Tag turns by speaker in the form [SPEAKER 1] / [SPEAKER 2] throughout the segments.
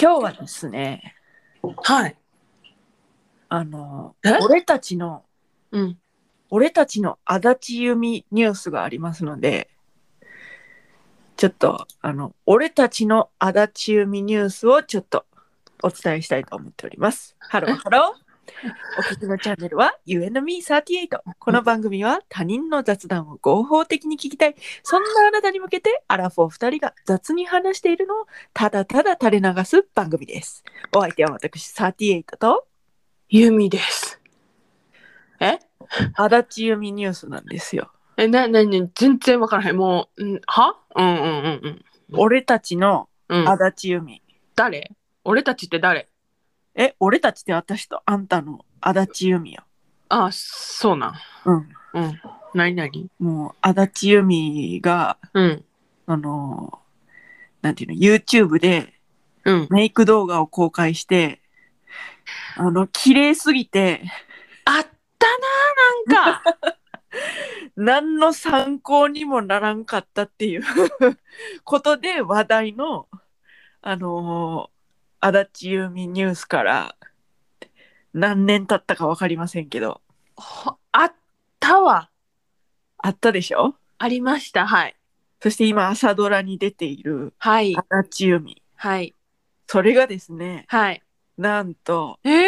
[SPEAKER 1] 今日はですね、
[SPEAKER 2] はい。
[SPEAKER 1] あの
[SPEAKER 2] え、
[SPEAKER 1] 俺たちの、
[SPEAKER 2] うん。
[SPEAKER 1] 俺たちの足立由美ニュースがありますので、ちょっと、あの、俺たちの足立由美ニュースをちょっとお伝えしたいと思っております。ハロー、ハロー。お聞きのチャンネルは You and me38。この番組は他人の雑談を合法的に聞きたい。そんなあなたに向けてアラフォー2人が雑に話しているのをただただ垂れ流す番組です。お相手は私38と
[SPEAKER 2] ユミです。え
[SPEAKER 1] 足立由美ニュースなんですよ。
[SPEAKER 2] え、な、なに、全然わからへん。もう、んはうんうんうん
[SPEAKER 1] 俺たちの
[SPEAKER 2] うん。うん、
[SPEAKER 1] 足立由美。
[SPEAKER 2] 誰俺たちって誰
[SPEAKER 1] え、俺たちって私とあんたの足立由美よ。
[SPEAKER 2] あそうなん。
[SPEAKER 1] うん。
[SPEAKER 2] うん。なになに
[SPEAKER 1] もう足立由美が、
[SPEAKER 2] うん。
[SPEAKER 1] あのーなんていうの、YouTube で
[SPEAKER 2] うん。
[SPEAKER 1] メイク動画を公開して、あの、綺麗すぎて、
[SPEAKER 2] あったな なんか。
[SPEAKER 1] 何の参考にもならんかったっていう ことで話題の、あのー足立由美ニュースから何年経ったか分かりませんけど、
[SPEAKER 2] ほあったわ。
[SPEAKER 1] あったでしょ
[SPEAKER 2] ありました。はい。
[SPEAKER 1] そして今朝ドラに出ている
[SPEAKER 2] はい。
[SPEAKER 1] 足立由美。
[SPEAKER 2] はい。
[SPEAKER 1] それがですね、
[SPEAKER 2] はい。
[SPEAKER 1] なんと
[SPEAKER 2] えー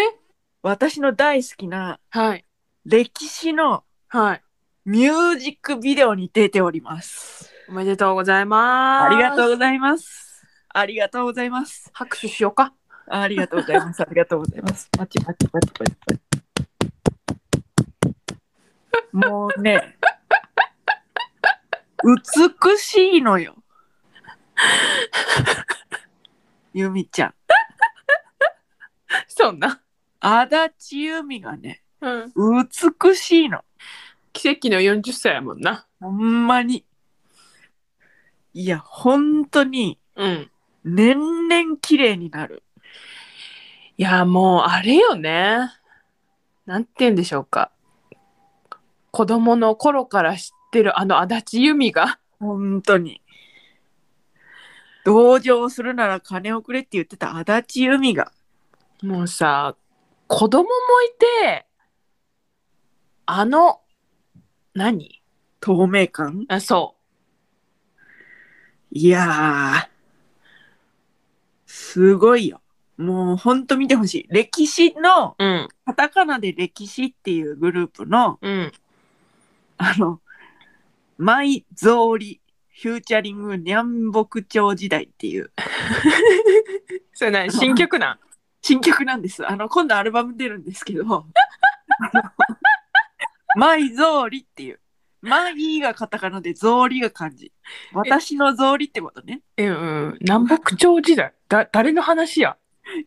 [SPEAKER 1] 私の大好きな
[SPEAKER 2] はい。
[SPEAKER 1] 歴史の
[SPEAKER 2] はい。
[SPEAKER 1] ミュージックビデオに出ております。
[SPEAKER 2] おめでとうございま
[SPEAKER 1] あ
[SPEAKER 2] す。
[SPEAKER 1] りがとうご
[SPEAKER 2] います。
[SPEAKER 1] ざいます。ありがとうございます。
[SPEAKER 2] 拍手しようか。
[SPEAKER 1] ありがとうございます。ありがとうございます。パチパチパチパチパチ。もうね、美しいのよ。由美ちゃん。
[SPEAKER 2] そんな。
[SPEAKER 1] 足立由美がね、
[SPEAKER 2] うん。
[SPEAKER 1] 美しいの。
[SPEAKER 2] 奇跡の40歳やもんな。
[SPEAKER 1] ほんまに。いや、本当に、
[SPEAKER 2] うん。
[SPEAKER 1] 年々綺麗になる。
[SPEAKER 2] いやもうあれよね。なんて言うんでしょうか。子供の頃から知ってるあの足立由美が。
[SPEAKER 1] 本当に。同情するなら金をくれって言ってた足立由美が。
[SPEAKER 2] もうさ、子供もいて、あの、何
[SPEAKER 1] 透明感
[SPEAKER 2] あ、そ
[SPEAKER 1] いやー。すごいよ。もうほんと見てほしい。歴史の、
[SPEAKER 2] う。うん。
[SPEAKER 1] カタカナで歴史っていうグループの、
[SPEAKER 2] うん。
[SPEAKER 1] あの、マイゾーリ、フューチャリング、ニャンボク朝時代っていう
[SPEAKER 2] それ何 新曲なん
[SPEAKER 1] 新曲なんです。あの、今度アルバム出るんですけど、あの マイゾーリっていう。マイがカタカナでゾーリが漢字。私のゾーリってことね。
[SPEAKER 2] え、うん。南北朝時代。だ、誰の話や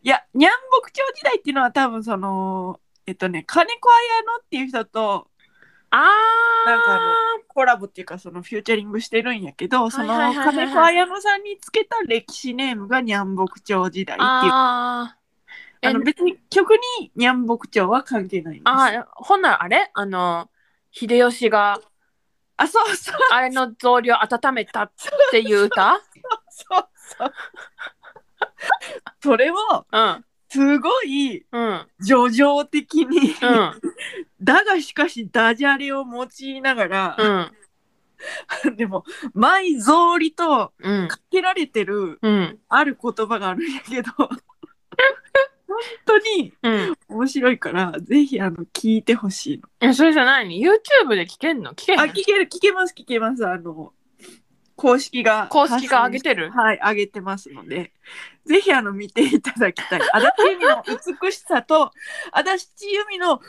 [SPEAKER 1] いや、ニャンボク朝時代っていうのは多分その、えっとね、金子綾乃っていう人と
[SPEAKER 2] あー。
[SPEAKER 1] なんかあコラボっていうかそのフューチャリングしてるんやけど、その
[SPEAKER 2] はいはいはいはいはい
[SPEAKER 1] 金子綾乃さんにつけた歴史ネームがニャンボク朝時代っていう。
[SPEAKER 2] あー。
[SPEAKER 1] あの別に曲にニャンボク朝は関係ないんです。
[SPEAKER 2] ああ、ほんならあれあの、秀吉が
[SPEAKER 1] あ、そうそう
[SPEAKER 2] あれの増量温めたっていう歌
[SPEAKER 1] そうそう。それを
[SPEAKER 2] うん、
[SPEAKER 1] すごい
[SPEAKER 2] うん、
[SPEAKER 1] 叙情的に、
[SPEAKER 2] うん、
[SPEAKER 1] だがしかしダジャレを用いながら
[SPEAKER 2] う、ん、
[SPEAKER 1] でも「マイゾーリ」と
[SPEAKER 2] うん
[SPEAKER 1] か、けられてる
[SPEAKER 2] うん、
[SPEAKER 1] ある言葉があるんやけど本当に
[SPEAKER 2] うん。
[SPEAKER 1] 面白いからぜひあの聞いてほしいの。
[SPEAKER 2] え、それじゃないに YouTube で聞けんの聞けん
[SPEAKER 1] あ
[SPEAKER 2] の
[SPEAKER 1] 聞ける聞けます聞けますあの公式が
[SPEAKER 2] 公式が上げてる
[SPEAKER 1] はい、上げてますので、ぜひあの見ていただきたい。足立由美の美しさと、足立由美の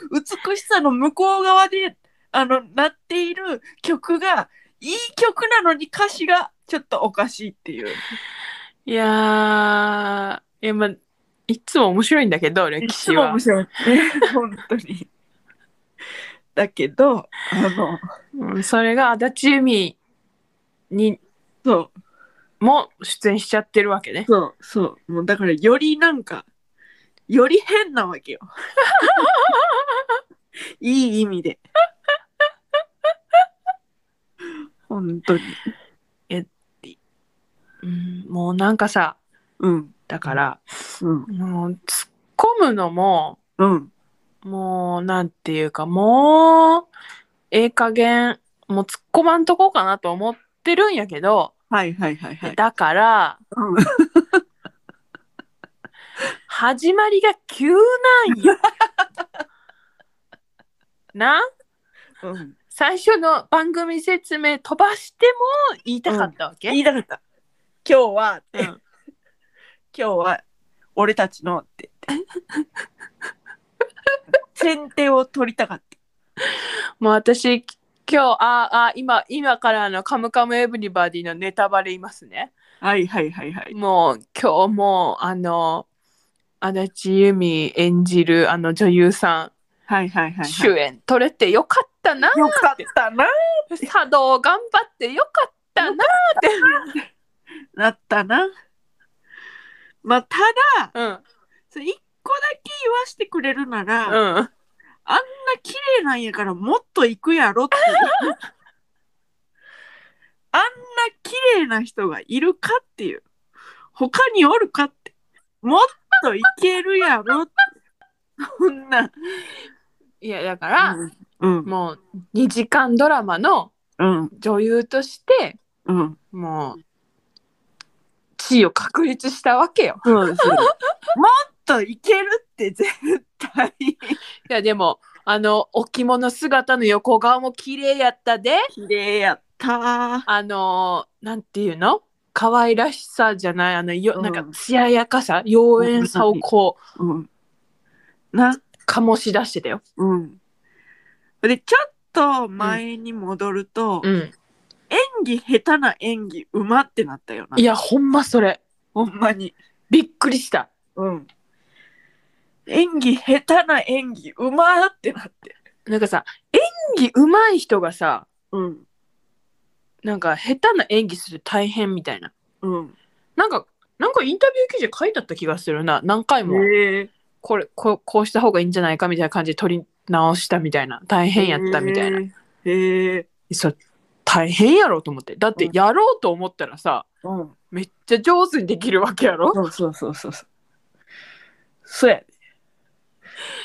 [SPEAKER 1] 美しさの向こう側で、あの、なっている曲が、いい曲なのに歌詞がちょっとおかしいっていう。
[SPEAKER 2] いやー、いや、ま、いつも面白いんだけど、
[SPEAKER 1] い
[SPEAKER 2] 歴
[SPEAKER 1] つ
[SPEAKER 2] 史
[SPEAKER 1] も
[SPEAKER 2] は
[SPEAKER 1] 面。白い ね。本当に。だけど、あの、
[SPEAKER 2] うん、それが足立由美に
[SPEAKER 1] そう、
[SPEAKER 2] も出演しちゃってるわけね。
[SPEAKER 1] そう、そう。もうだから、よりなんか、より変なわけ よ。いい意味で。本当に。
[SPEAKER 2] うん、もうなんかさ、
[SPEAKER 1] うん。
[SPEAKER 2] だから、
[SPEAKER 1] うん
[SPEAKER 2] もう突っ込むのも
[SPEAKER 1] うん
[SPEAKER 2] もうなんていうかもうええ加減もう突っ込まんとこうかなと思ってるんやけど、
[SPEAKER 1] はいはいはいはい。
[SPEAKER 2] だから
[SPEAKER 1] うん
[SPEAKER 2] 始まりが急なん よ。な
[SPEAKER 1] うん
[SPEAKER 2] 最初の番組説明飛ばしても言いたかったわけ、
[SPEAKER 1] 言いたかった。今日は、
[SPEAKER 2] うん
[SPEAKER 1] 今日は俺たちのって言って。 先手を取りたかっ
[SPEAKER 2] もう私今日ああ今今からあの「カムカムエヴリバディ」のネタバレいますね。
[SPEAKER 1] た。はいはいはいはい。
[SPEAKER 2] もう今日もうあの足立由美演じるあの女優さ
[SPEAKER 1] はいはいはい、
[SPEAKER 2] ん、
[SPEAKER 1] はい。
[SPEAKER 2] 主演取れてよかっ たな
[SPEAKER 1] よかったな。
[SPEAKER 2] 茶道頑張ってよかったな
[SPEAKER 1] なったな。まあ、ただ、
[SPEAKER 2] うん
[SPEAKER 1] それ一個だけ言わしてくれるなら、そんな
[SPEAKER 2] うん
[SPEAKER 1] 綺麗なんやからもっと行くやろ って。あんな綺麗な人がいるかっていう。他におるかって。もっといけるやろって。そんな。
[SPEAKER 2] いやだから、
[SPEAKER 1] うん。
[SPEAKER 2] もう2時間ドラマの
[SPEAKER 1] うん。
[SPEAKER 2] 女優として
[SPEAKER 1] うん。
[SPEAKER 2] もう地位を確立したわけよ。
[SPEAKER 1] そうです。もっといけるって絶対。
[SPEAKER 2] いやでもあのお着物姿の横顔も綺麗やったで
[SPEAKER 1] 綺麗やった。
[SPEAKER 2] あのーなんていうの可愛らしさじゃないあのよ、
[SPEAKER 1] うん
[SPEAKER 2] なんか艶やかさ妖艶さをこ
[SPEAKER 1] うん。な。
[SPEAKER 2] う醸し出してたよ。
[SPEAKER 1] うん。で、ちょっと前に戻ると、
[SPEAKER 2] うん、
[SPEAKER 1] 演技下手な演技うまってなったよな。
[SPEAKER 2] いやほんまそれ
[SPEAKER 1] ほんまに。
[SPEAKER 2] びっくりした。
[SPEAKER 1] うん。演技下手な演技うまってなって。
[SPEAKER 2] なんかさ演技うまい人がさ
[SPEAKER 1] うん。
[SPEAKER 2] なんか下手な演技する大変みたいな。
[SPEAKER 1] うん。
[SPEAKER 2] なんか、なんかインタビュー記事書いてあった気がするな。何回も、
[SPEAKER 1] へえ
[SPEAKER 2] これこう、こうした方がいいんじゃないかみたいな感じで取り直したみたいな。大変やったみたいな。。
[SPEAKER 1] へえ
[SPEAKER 2] そう大変やろと思って。だって
[SPEAKER 1] うん
[SPEAKER 2] やろうと思ったらさ、
[SPEAKER 1] うん。
[SPEAKER 2] めっちゃ上手にできるわけやろ
[SPEAKER 1] そうそうそうそうそう。そうやで。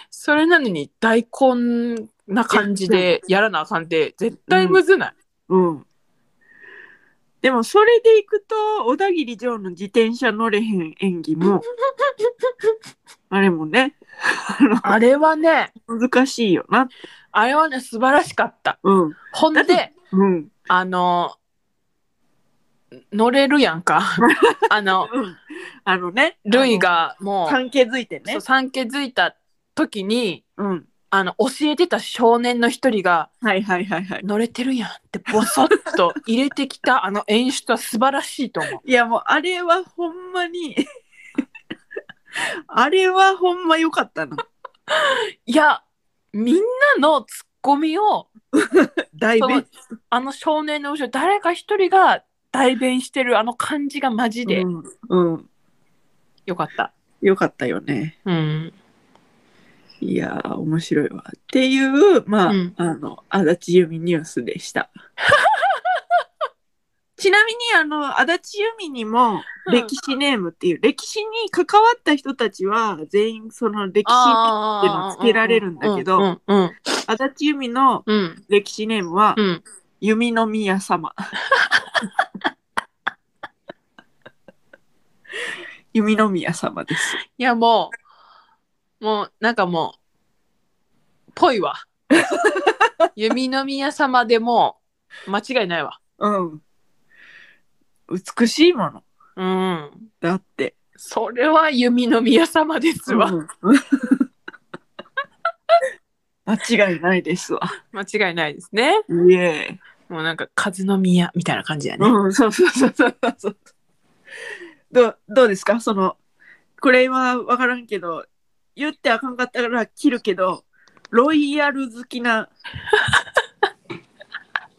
[SPEAKER 2] それなのに大根な感じでやらなあかんって絶対むずない。
[SPEAKER 1] うん。でもそれでいくと小田切城の自転車乗れへん演技 もあれもね
[SPEAKER 2] あれはね、
[SPEAKER 1] 難しいよな。
[SPEAKER 2] あれはね、素晴らしかった。
[SPEAKER 1] うん。
[SPEAKER 2] ほん
[SPEAKER 1] だって
[SPEAKER 2] で、
[SPEAKER 1] うん。
[SPEAKER 2] あの、乗れるやんか。 あの、
[SPEAKER 1] あのね、
[SPEAKER 2] ルイがもう、
[SPEAKER 1] 関係づいて
[SPEAKER 2] そ
[SPEAKER 1] ね
[SPEAKER 2] う。産気づいた時に
[SPEAKER 1] うん。
[SPEAKER 2] あの教えてた少年の一人が
[SPEAKER 1] はいはいはいは
[SPEAKER 2] 「
[SPEAKER 1] い。
[SPEAKER 2] 乗れてるやん」ってボソッと入れてき たあの演出は素晴らしいと思う。
[SPEAKER 1] いやもうあれはほんまに。 あれはほんま良かったな。
[SPEAKER 2] いやみんなのツッコミを
[SPEAKER 1] 大
[SPEAKER 2] その
[SPEAKER 1] 弁。
[SPEAKER 2] あの少年の後ろ誰か一人が代弁してるあの感じがマジで
[SPEAKER 1] うん。うん。
[SPEAKER 2] よかった。
[SPEAKER 1] 良かったよね。
[SPEAKER 2] うん、
[SPEAKER 1] いやー、面白いわ。っていう、まあ、
[SPEAKER 2] うん
[SPEAKER 1] あの、足立由美ニュースで した。ちなみに、あの、足立由美にも、歴史ネームっていう、歴史に関わった人たちは、全員その歴史っていうの
[SPEAKER 2] あ
[SPEAKER 1] をつけられるんだけど
[SPEAKER 2] うんうん
[SPEAKER 1] 足立由美の
[SPEAKER 2] うん
[SPEAKER 1] 歴史ネームは、
[SPEAKER 2] うん
[SPEAKER 1] 弓の宮 様。弓の宮様です。
[SPEAKER 2] いやもう、もうなんかもう、ぽ いわ。弓の宮様でもう間違いないわ。
[SPEAKER 1] うん。美しいもの。
[SPEAKER 2] うん。
[SPEAKER 1] だって。
[SPEAKER 2] それは弓の宮様ですわ。
[SPEAKER 1] うん 間違いないですわ。
[SPEAKER 2] 間違いないですね。
[SPEAKER 1] イエ
[SPEAKER 2] もうなんか風の宮みたいな感じや
[SPEAKER 1] ーイ。
[SPEAKER 2] ね。
[SPEAKER 1] うん、そうそうそうそうそう。どうどうですかその、これはわからんけど、言ってあかんかったから切るけど、ロイヤル好きな、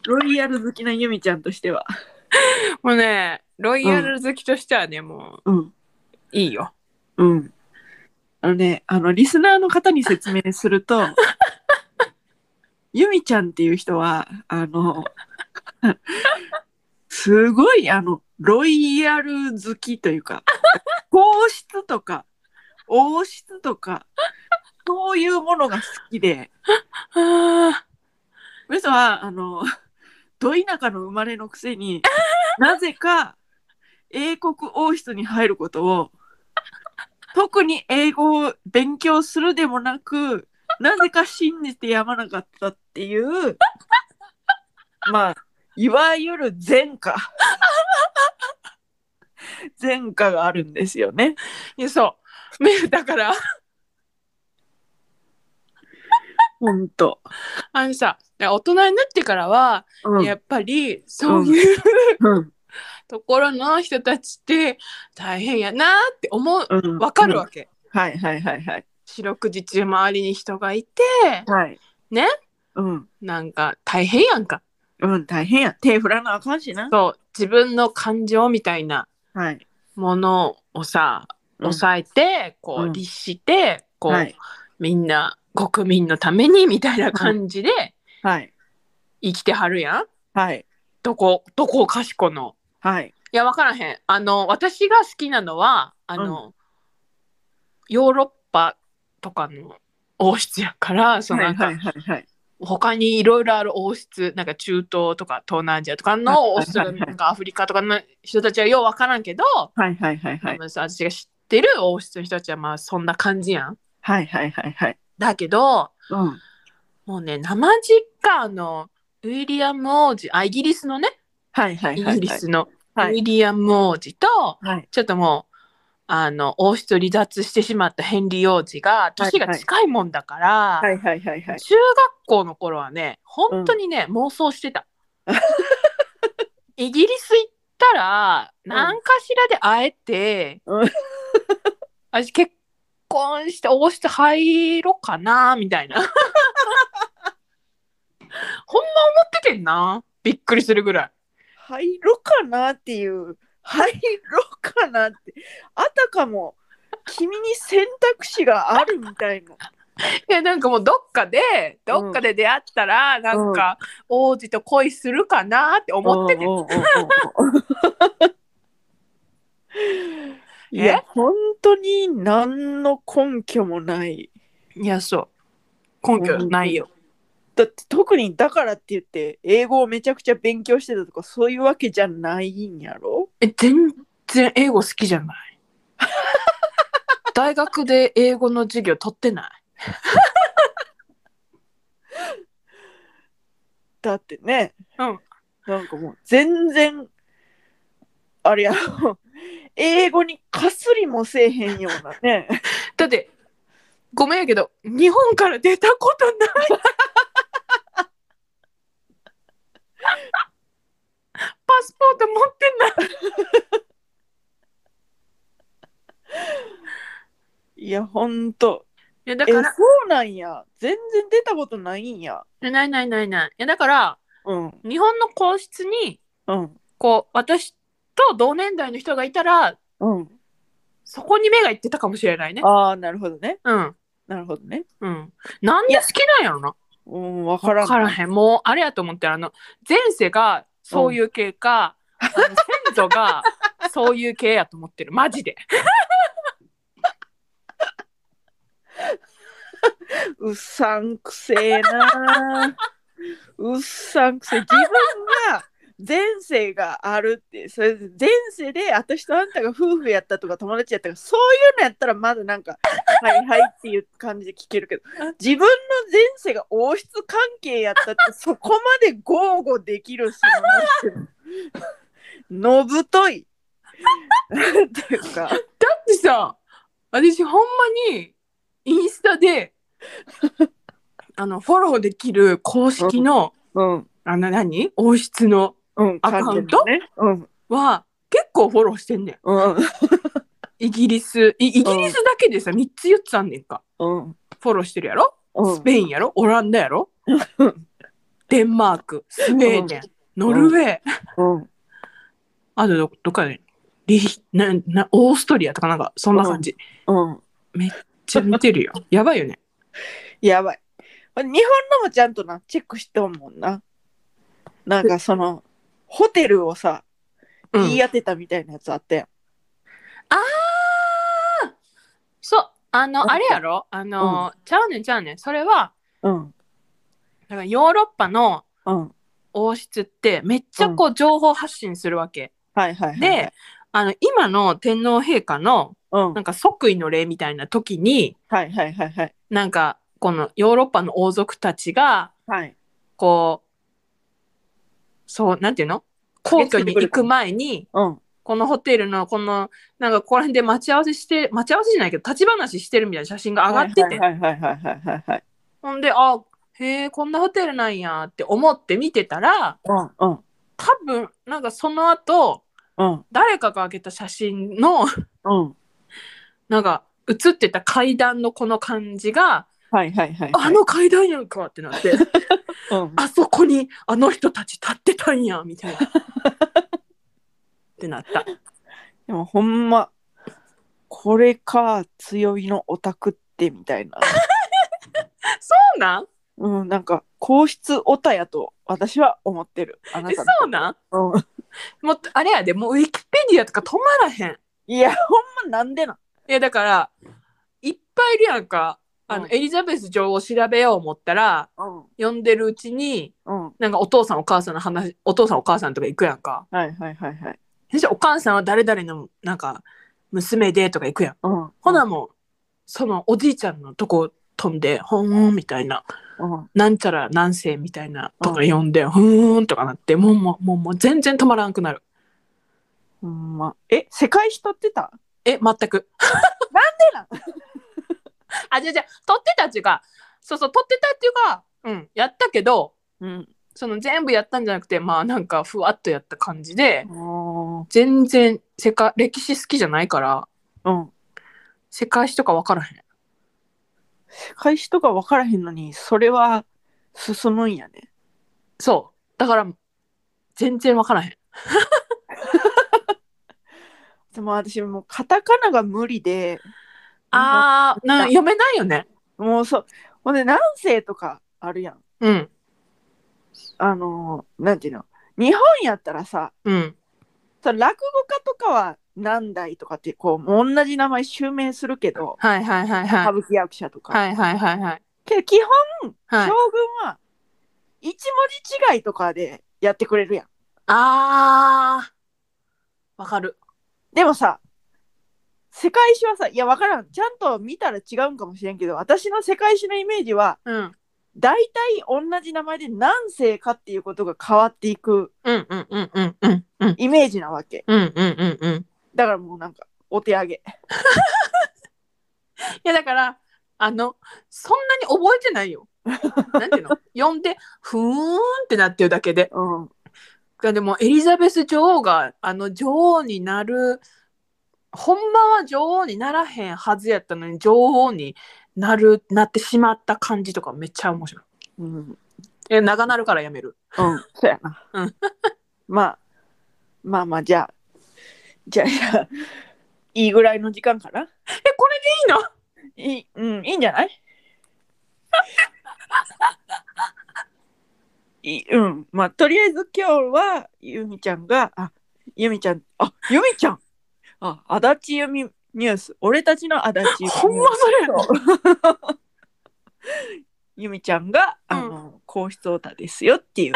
[SPEAKER 1] ロイヤル好きなユミちゃんとしては。
[SPEAKER 2] もうね、ロイヤル好きとしてはね、も
[SPEAKER 1] うん。
[SPEAKER 2] ういいよ。
[SPEAKER 1] うん。あのね、あの、リスナーの方に説明すると、ユミちゃんっていう人は、あの、すごい、あの、ロイヤル好きというか、皇室とか、王室とか、そういうものが好きで、
[SPEAKER 2] あ
[SPEAKER 1] 皆さんは、あの、 ど田舎の生まれのくせ に、なぜか英国王室に入ることを、特に英語を勉強するでもなく、なぜか信じてやまなかったって いう、まあ、いわゆる前科。前科があるんですよね。
[SPEAKER 2] ーいやそうめだから
[SPEAKER 1] ほんと。
[SPEAKER 2] あのさ大人になってからは、
[SPEAKER 1] うん
[SPEAKER 2] やっぱりそういう
[SPEAKER 1] うん
[SPEAKER 2] ところの人たちって大変やなって思う
[SPEAKER 1] うん
[SPEAKER 2] わかるわけ、
[SPEAKER 1] はいはいはいはい。
[SPEAKER 2] 四六時中周りに人がいて
[SPEAKER 1] はい。
[SPEAKER 2] ね
[SPEAKER 1] うん。
[SPEAKER 2] なんか大変やんか
[SPEAKER 1] うん、大変や。手振らなあかんしな。
[SPEAKER 2] そう自分の感情みたいな
[SPEAKER 1] はい。
[SPEAKER 2] ものをさ抑えて、こ
[SPEAKER 1] う
[SPEAKER 2] うん律してこう、
[SPEAKER 1] はい。
[SPEAKER 2] みんな国民のためにみたいな感じで
[SPEAKER 1] はい。
[SPEAKER 2] 生きてはるやん。
[SPEAKER 1] はい。
[SPEAKER 2] どこどこかしこの。
[SPEAKER 1] はい。
[SPEAKER 2] いや分からへん。あの私が好きなのはあの、ヨーロッパとかの王室やからそのなんか、
[SPEAKER 1] はいはいはい。
[SPEAKER 2] 他にいろいろある王室なんか中東とか東南アジアとかの王室
[SPEAKER 1] はいはいはい
[SPEAKER 2] なんかアフリカとかの人たちはよう分からんけど、
[SPEAKER 1] はいはいはいはい
[SPEAKER 2] 多。分さ私が知ってる王室の人たちはまあそんな感じやん。
[SPEAKER 1] はいはいはいはい。
[SPEAKER 2] だけど
[SPEAKER 1] うん。
[SPEAKER 2] もうね生実家のウィリアム王子あイギリスのね
[SPEAKER 1] はいはい
[SPEAKER 2] イ
[SPEAKER 1] はい。
[SPEAKER 2] ギリスのウ
[SPEAKER 1] はい
[SPEAKER 2] ィリアム王子と、
[SPEAKER 1] はい。
[SPEAKER 2] ちょっともうあの王室を離脱してしまったヘンリー王子が年が近いもんだから、
[SPEAKER 1] はいはいはいはい。
[SPEAKER 2] 中学校の頃はね本当にね、妄想してたイギリス行ったら
[SPEAKER 1] ん
[SPEAKER 2] 何かしらで会えて、
[SPEAKER 1] うん
[SPEAKER 2] 私結婚して王室入ろうかなみ たいなほんま思っててんなびっくりするぐらい
[SPEAKER 1] 入ろうかなっていう。入ろうかなって。あたかも、君に選択肢があるみたいな。
[SPEAKER 2] いやなんかもうどっかでどっかで出会ったら、なんか王子と恋するかなって思ってて、
[SPEAKER 1] おうおうおうおういや
[SPEAKER 2] え
[SPEAKER 1] 本当に何の根拠もない
[SPEAKER 2] いやそう根拠ないよ、
[SPEAKER 1] だって特にだからって言って英語をめちゃくちゃ勉強してたとかそういうわけじゃないんやろ
[SPEAKER 2] え全然英語好きじゃない 大学で英語の授業取ってない
[SPEAKER 1] だってね、
[SPEAKER 2] うん
[SPEAKER 1] なんかもう全然あれやろ英語にかすりもせえへんようなね
[SPEAKER 2] だってごめんやけど日本から出たことない パスポート持ってない
[SPEAKER 1] いやほんと
[SPEAKER 2] いやだ
[SPEAKER 1] え
[SPEAKER 2] か
[SPEAKER 1] そ
[SPEAKER 2] ら
[SPEAKER 1] うなんや全然出たことないんや
[SPEAKER 2] ないないないないいやだから
[SPEAKER 1] うん
[SPEAKER 2] 日本の皇室に
[SPEAKER 1] うん
[SPEAKER 2] こう私と同年代の人がいたら
[SPEAKER 1] うん
[SPEAKER 2] そこに目がいってたかもしれないね。
[SPEAKER 1] ああなるほどね
[SPEAKER 2] うん
[SPEAKER 1] なるほどね
[SPEAKER 2] うん、なんで好きなんやろな
[SPEAKER 1] うん分から
[SPEAKER 2] 分
[SPEAKER 1] ん
[SPEAKER 2] からへんもうあれやと思ってるあの前世がそういう系か、あの先祖 がそういう系やと思ってるマジで
[SPEAKER 1] うさんくせえなうっさんくせえ自分が前世があるってそれで前世で私とあんたが夫婦やったとか友達やったとかそういうのやったらまだなんか「はいはい」っていう感じで聞けるけど自分の前世が王室関係やったってそこまで豪語できるしのぶとい っていうか
[SPEAKER 2] だってさ私ほんまにインスタで あのフォローできる公式の、
[SPEAKER 1] うん
[SPEAKER 2] あの何王室の
[SPEAKER 1] うん
[SPEAKER 2] アカウント
[SPEAKER 1] 関係のねうん
[SPEAKER 2] は結構フォローしてんねん。
[SPEAKER 1] うん
[SPEAKER 2] イギリスイイギリスだけでさ、3つ4つあんねんか
[SPEAKER 1] うん
[SPEAKER 2] フォローしてるやろ
[SPEAKER 1] うん
[SPEAKER 2] スペインやろオランダやろデンマークスウェーデン、ノルウェー、
[SPEAKER 1] うん
[SPEAKER 2] あとどどっかねリヒななオーストリアとかなんかそんな感じ、
[SPEAKER 1] うん
[SPEAKER 2] じゃ見てる よやばいよね
[SPEAKER 1] やばい。日本のもちゃんとな、チェックしてんもんな。なんかその、ホテルをさ、
[SPEAKER 2] うん
[SPEAKER 1] 言い当てたみたいなやつあったやん。
[SPEAKER 2] そうあの、あれやろあの、ちゃうねんちゃうねん。それは、
[SPEAKER 1] うん。
[SPEAKER 2] だからヨーロッパの
[SPEAKER 1] うん。
[SPEAKER 2] 王室ってめっちゃこう情報発信するわけ。
[SPEAKER 1] はいはいはい。
[SPEAKER 2] で、、あの、今の天皇陛下の
[SPEAKER 1] うん。
[SPEAKER 2] なんか即位の礼みたいな時に、
[SPEAKER 1] はいはいはいはい。
[SPEAKER 2] なんかこのヨーロッパの王族たちが、
[SPEAKER 1] はい。
[SPEAKER 2] こう、そう、なんていうの皇居に行く前に、
[SPEAKER 1] うん。
[SPEAKER 2] このホテルのこの、なんかここら辺で待ち合わせして、待ち合わせじゃないけど、立ち話してるみたいな写真が上がってて、
[SPEAKER 1] はいはいはいはいはいはい。
[SPEAKER 2] ほんで、あ、へえ、こんなホテルなんやって思って見てたら、
[SPEAKER 1] うんうん
[SPEAKER 2] 多分、なんかその後、
[SPEAKER 1] うん
[SPEAKER 2] 誰かが上げた写真の、
[SPEAKER 1] うん。
[SPEAKER 2] なんか写ってた階段のこの感じが、
[SPEAKER 1] はいはいはい。
[SPEAKER 2] あ、の階段やんかっ てなって、
[SPEAKER 1] うん。
[SPEAKER 2] あそこにあの人たち立ってたんや、みたいな。ってなった。
[SPEAKER 1] でもほんま、これか、強いのオタクってみたいな。
[SPEAKER 2] そうなん
[SPEAKER 1] うん、なんか、皇室オタやと私は思ってる。あな
[SPEAKER 2] え
[SPEAKER 1] たの
[SPEAKER 2] そうなん
[SPEAKER 1] うん。
[SPEAKER 2] もうあれやでもうウィキペディアとか止まらへん
[SPEAKER 1] いや、ほんまなんでなん。
[SPEAKER 2] いやだからいっぱいいるやんかあの、
[SPEAKER 1] うん
[SPEAKER 2] エリザベス女王を調べよう思ったら
[SPEAKER 1] うん。
[SPEAKER 2] 呼んでるうちに
[SPEAKER 1] うん。
[SPEAKER 2] なんかお父さんお母さんの話お父さんお母さんとか行くやんか
[SPEAKER 1] はいはいはいはい。
[SPEAKER 2] そしてお母さんは誰々のなんか娘でとか行くやん
[SPEAKER 1] うん。
[SPEAKER 2] ほなもうそのおじいちゃんのとこ飛んで「ほーん」みたいな
[SPEAKER 1] うん。
[SPEAKER 2] 「なんちゃら何世」みたいなとか呼んで「ふーん」とかなってもうもうもうもう全然止まらんくなる
[SPEAKER 1] ほんま。え、世界史取ってた
[SPEAKER 2] え、全く。なん でなんあ、じゃじゃ撮ってたっていうか、そうそう、撮ってたっていうか、うん、やったけど、
[SPEAKER 1] うん。
[SPEAKER 2] その全部やったんじゃなくて、まあなんかふわっとやった感じで、
[SPEAKER 1] うん。
[SPEAKER 2] 全然世界、歴史好きじゃないから、世界史とか分からへん。
[SPEAKER 1] 世界史とか分からへんのに、それは進むんやね。
[SPEAKER 2] そう。だから、全然分からへん。
[SPEAKER 1] でも私もうカタカナが無理で、
[SPEAKER 2] あー、な読めないよね。
[SPEAKER 1] もうそう、ほんで何世とかあるやん。
[SPEAKER 2] うん、
[SPEAKER 1] あのー、なんていうの日本やったらさ、
[SPEAKER 2] うん、
[SPEAKER 1] その落語家とかは何代とかってこう、もう同じ名前襲名するけど、
[SPEAKER 2] はいはいはいは
[SPEAKER 1] 歌舞
[SPEAKER 2] い。
[SPEAKER 1] 伎役者とか。
[SPEAKER 2] はいはいはいはい。
[SPEAKER 1] けど基本、
[SPEAKER 2] はい
[SPEAKER 1] 将、軍は一文字違いとかでやってくれるやん。
[SPEAKER 2] あー、分かる。
[SPEAKER 1] でもさ、世界史はさ、いや、わからん。ちゃんと見たら違うんかもしれんけど、私の世界史のイメージは、
[SPEAKER 2] うん、
[SPEAKER 1] 大体同じ名前で何世かっていうことが変わっていく
[SPEAKER 2] うん、うん、うん、うん、うん、うん。
[SPEAKER 1] イメージなわけ。
[SPEAKER 2] うんうんうんうん。い
[SPEAKER 1] だからもうなんか、お手上げ。
[SPEAKER 2] やだからあのそんなに覚えてないよ。なんていうの呼んでふーんってなってるだけで。
[SPEAKER 1] うん。
[SPEAKER 2] でもエリザベス女王があの女王になるほんまは女王にならへんはずやったのに女王になるなってしまった感じとかめっちゃ面白い。
[SPEAKER 1] うん。うん。
[SPEAKER 2] え長なるからやめる。
[SPEAKER 1] そうやな。
[SPEAKER 2] うん
[SPEAKER 1] まあ、まあまあ、じゃあ、じゃあ、じゃあ、いいぐらいの時間かな。
[SPEAKER 2] えこれ
[SPEAKER 1] いい、うん、いいんじゃないいいうん、まあ、とりあえず今日は、ゆみちゃんが、あ、ゆみちゃん、あ、ゆみちゃんあ、足立ゆみニュース、俺たちの足立ゆみニュース。
[SPEAKER 2] ほんまそれやな。
[SPEAKER 1] そうゆみちゃんが、
[SPEAKER 2] うん
[SPEAKER 1] あの、皇室オータですよって いう。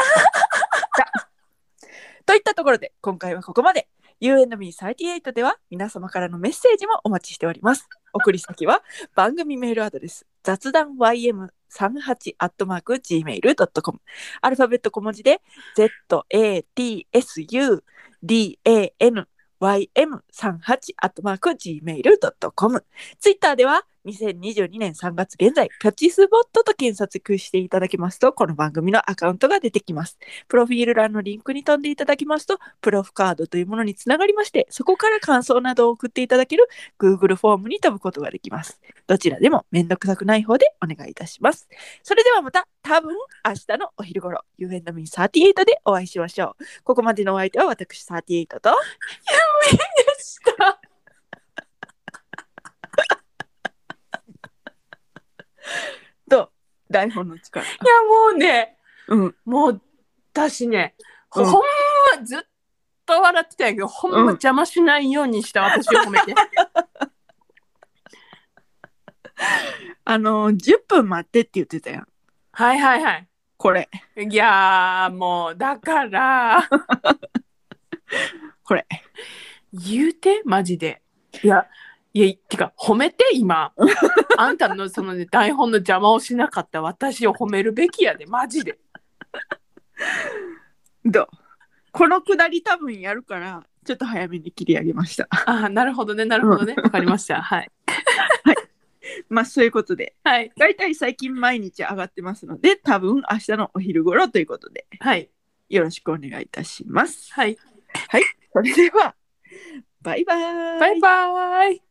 [SPEAKER 1] といったところで、今回はここまで。UNB38 では皆様からのメッセージもお待ちしております。送り先は番組メールアドレス雑談 ym38-gmail.com アルファベット小文字で zatsudanym38-gmail.com ツイッターでは2022年3月現在キャッチスボットと検索していただきますとこの番組のアカウントが出てきますプロフィール欄のリンクに飛んでいただきますとプロフカードというものにつながりましてそこから感想などを送っていただける Google フォームに飛ぶことができます。どちらでもめんどくさくない方でお願いいたします。それではまた多分明日のお昼頃 You and me38 でお会いしましょう。ここまでのお相手は私38と
[SPEAKER 2] でした。
[SPEAKER 1] と台本の力。
[SPEAKER 2] いやもうね
[SPEAKER 1] うん。
[SPEAKER 2] もうだしね、
[SPEAKER 1] うん
[SPEAKER 2] ほんまずっと笑ってたんやけどほんま
[SPEAKER 1] うん
[SPEAKER 2] 邪魔しないようにした私を褒めて。
[SPEAKER 1] あの、10分待ってって言ってたやん。
[SPEAKER 2] はいはいはい。
[SPEAKER 1] これ、
[SPEAKER 2] いやーもうだから
[SPEAKER 1] これ
[SPEAKER 2] 言うてマジでいやいやてか褒めて今 あんたのその、ね、台本の邪魔をしなかった私を褒めるべきやでマジで
[SPEAKER 1] どうこのくだり多分やるから、ちょっと早めに切り上げました。
[SPEAKER 2] ああなるほどねなるほどねわかりましたはい
[SPEAKER 1] まあ、そういうことで、
[SPEAKER 2] はい
[SPEAKER 1] 大体最近毎日上がってますので、多分明日のお昼頃ということで、
[SPEAKER 2] はい
[SPEAKER 1] よろしくお願いいたします。
[SPEAKER 2] はい
[SPEAKER 1] それでは、バイバーイ。
[SPEAKER 2] バイバーイ